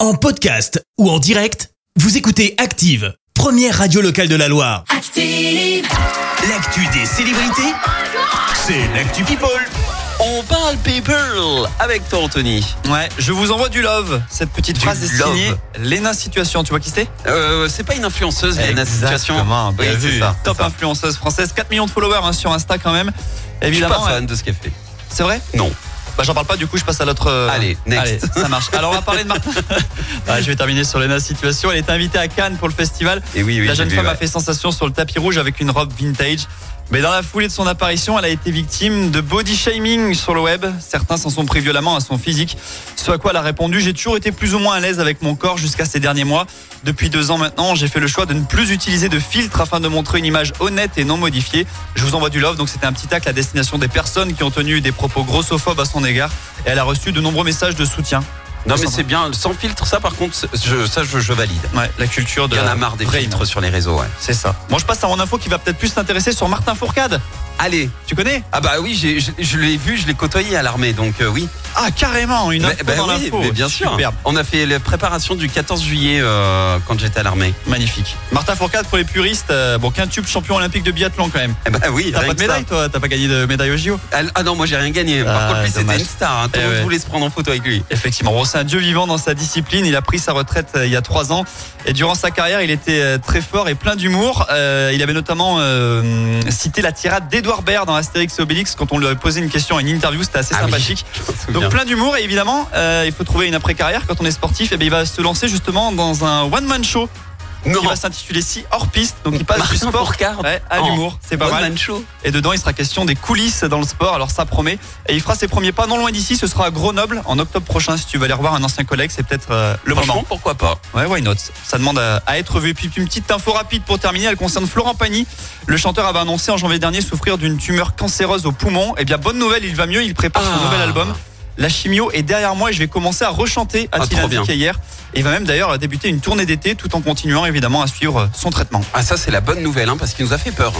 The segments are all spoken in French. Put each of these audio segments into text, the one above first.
En podcast ou en direct, vous écoutez Active, première radio locale de la Loire. Active, L'actu des célébrités, c'est l'actu People. On parle people avec toi Anthony. Ouais, je vous envoie du love. Cette petite Du phrase est love. signée Léna Situation. Tu vois qui c'est Euh, c'est pas une influenceuse, mais une situation. Exactement, Oui, bien c'est vu. ça. Top hein. c'est ça. influenceuse française. 4 millions de followers hein, sur Insta quand même. Je suis pas Évidemment. fan de ce qu'elle fait. euh, C'est vrai Non. Bah j'en parle pas du coup, je passe à l'autre. euh, Allez, next. Allez, ça marche. Alors on va parler de Martin. Ah, je vais terminer sur Léna Situation. Elle est invitée à Cannes pour le festival. Et oui, oui, la j'ai jeune vu, femme a ouais. fait sensation sur le tapis rouge avec une robe vintage. Mais dans la foulée de son apparition, elle a été victime de body shaming sur le web. Certains s'en sont pris violemment à son physique. Ce à quoi elle a répondu J'ai toujours été plus ou moins à l'aise avec mon corps jusqu'à ces derniers mois. Depuis deux ans maintenant, j'ai fait le choix de ne plus utiliser de filtre afin de montrer une image honnête et non modifiée. Je vous envoie du love. Donc c'était un petit tacle à destination des personnes qui ont tenu des propos grossophobes à son égard. Et elle a reçu de nombreux messages de soutien. Non, mais c'est bien. Sans filtre, ça par contre, c'est- je, ça je, je valide. Ouais, la culture de Il y en la a marre des vraie filtres image. sur les réseaux, ouais. Euh, C'est ça. Bon, je passe à mon info qui va peut-être plus t'intéresser sur Martin Fourcade. Allez. Tu connais Ah bah oui, j'ai- je, je l'ai vu, je l'ai côtoyé à l'armée, donc euh, oui. Ah, carrément, une info Bah- bah dans oui, l'info. mais bien sûr. Superbe. On a fait la préparation du 14 juillet euh, quand j'étais à l'armée. Magnifique. Martin Fourcade pour les puristes, euh, bon, quintuple champion olympique de biathlon quand même. Eh bah oui, T'as rien pas de que ça. médaille toi, t'as pas gagné de médaille au JO. Ah, Ah non, moi j'ai rien gagné. Par Ah, contre, lui c'était dommage. une star. Hein. Tout le Eh monde ouais. voulait se prendre en photo avec lui. Effectivement, bon, c'est un dieu vivant dans sa discipline. Il a pris sa retraite euh, il y a trois ans et durant sa carrière, il était euh, très fort et plein d'humour. Euh, il avait notamment euh, cité la tirade d'Edouard Baird dans Astérix et Obélix quand on lui avait posé une question à une interview. C'était assez Ah oui. sympathique. Donc plein d'humour et évidemment, euh, il faut trouver une après-carrière quand on est sportif. Et bien, il va se lancer justement dans un one-man show non. qui va s'intituler Si hors piste. Donc il passe du Martin sport Fourcade. ouais, à Oh, l'humour, c'est pas One mal. man show. Et dedans, il sera question des coulisses dans le sport, alors ça promet. Et il fera ses premiers pas non loin d'ici, ce sera à Grenoble en octobre prochain. Si tu veux aller revoir un ancien collègue, c'est peut-être euh, le Franchement, moment. pourquoi pas Ouais, why not Ça demande à, à être vu. Et puis une petite info rapide pour terminer, elle concerne Florent Pagny. Le chanteur avait annoncé en janvier dernier souffrir d'une tumeur cancéreuse au poumon. Et bien, bonne nouvelle, il va mieux, il prépare Ah. son nouvel album. La chimio est derrière moi et je vais commencer à rechanter, a-t-il Ah, trop indiqué hier. Et il va même d'ailleurs débuter une tournée d'été tout en continuant évidemment à suivre euh, son traitement. Ah ça c'est la bonne nouvelle hein, parce qu'il nous a fait peur.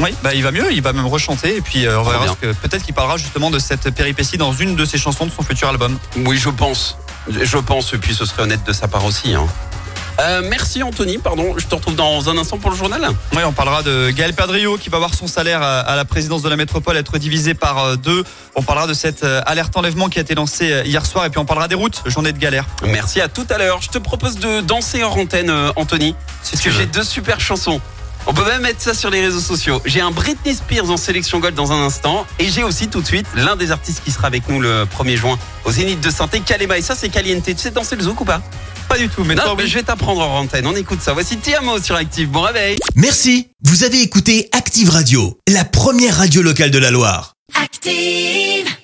Oui, bah, il va mieux, il va même rechanter et puis euh, on Trop verra bien. ce que peut-être qu'il parlera justement de cette péripétie dans une de ses chansons de son futur album. Oui je pense. Je pense et puis ce serait honnête de sa part aussi. hein. Euh, merci Anthony, pardon, je te retrouve dans un instant pour le journal. Oui, on parlera de Gaël Perdriau qui va voir son salaire à, à la présidence de la métropole être divisé par euh, deux. On parlera de cette euh, alerte enlèvement qui a été lancée euh, hier soir et puis on parlera des routes, journée de galère. Merci à tout à l'heure. Je te propose de danser hors antenne euh, Anthony parce que j'ai deux super chansons. On peut même mettre ça sur les réseaux sociaux. J'ai un Britney Spears en sélection gold dans un instant et j'ai aussi tout de suite l'un des artistes qui sera avec nous le 1er juin au Zénith de Santé, Kalema et ça c'est Caliente. Tu sais danser le zouk ou pas Pas du tout, mais Non, toi, mais oui. je vais t'apprendre hors antenne. On écoute ça. Voici Tiamo sur Active. Bon réveil. Merci, vous avez écouté Active Radio, la première radio locale de la Loire. active.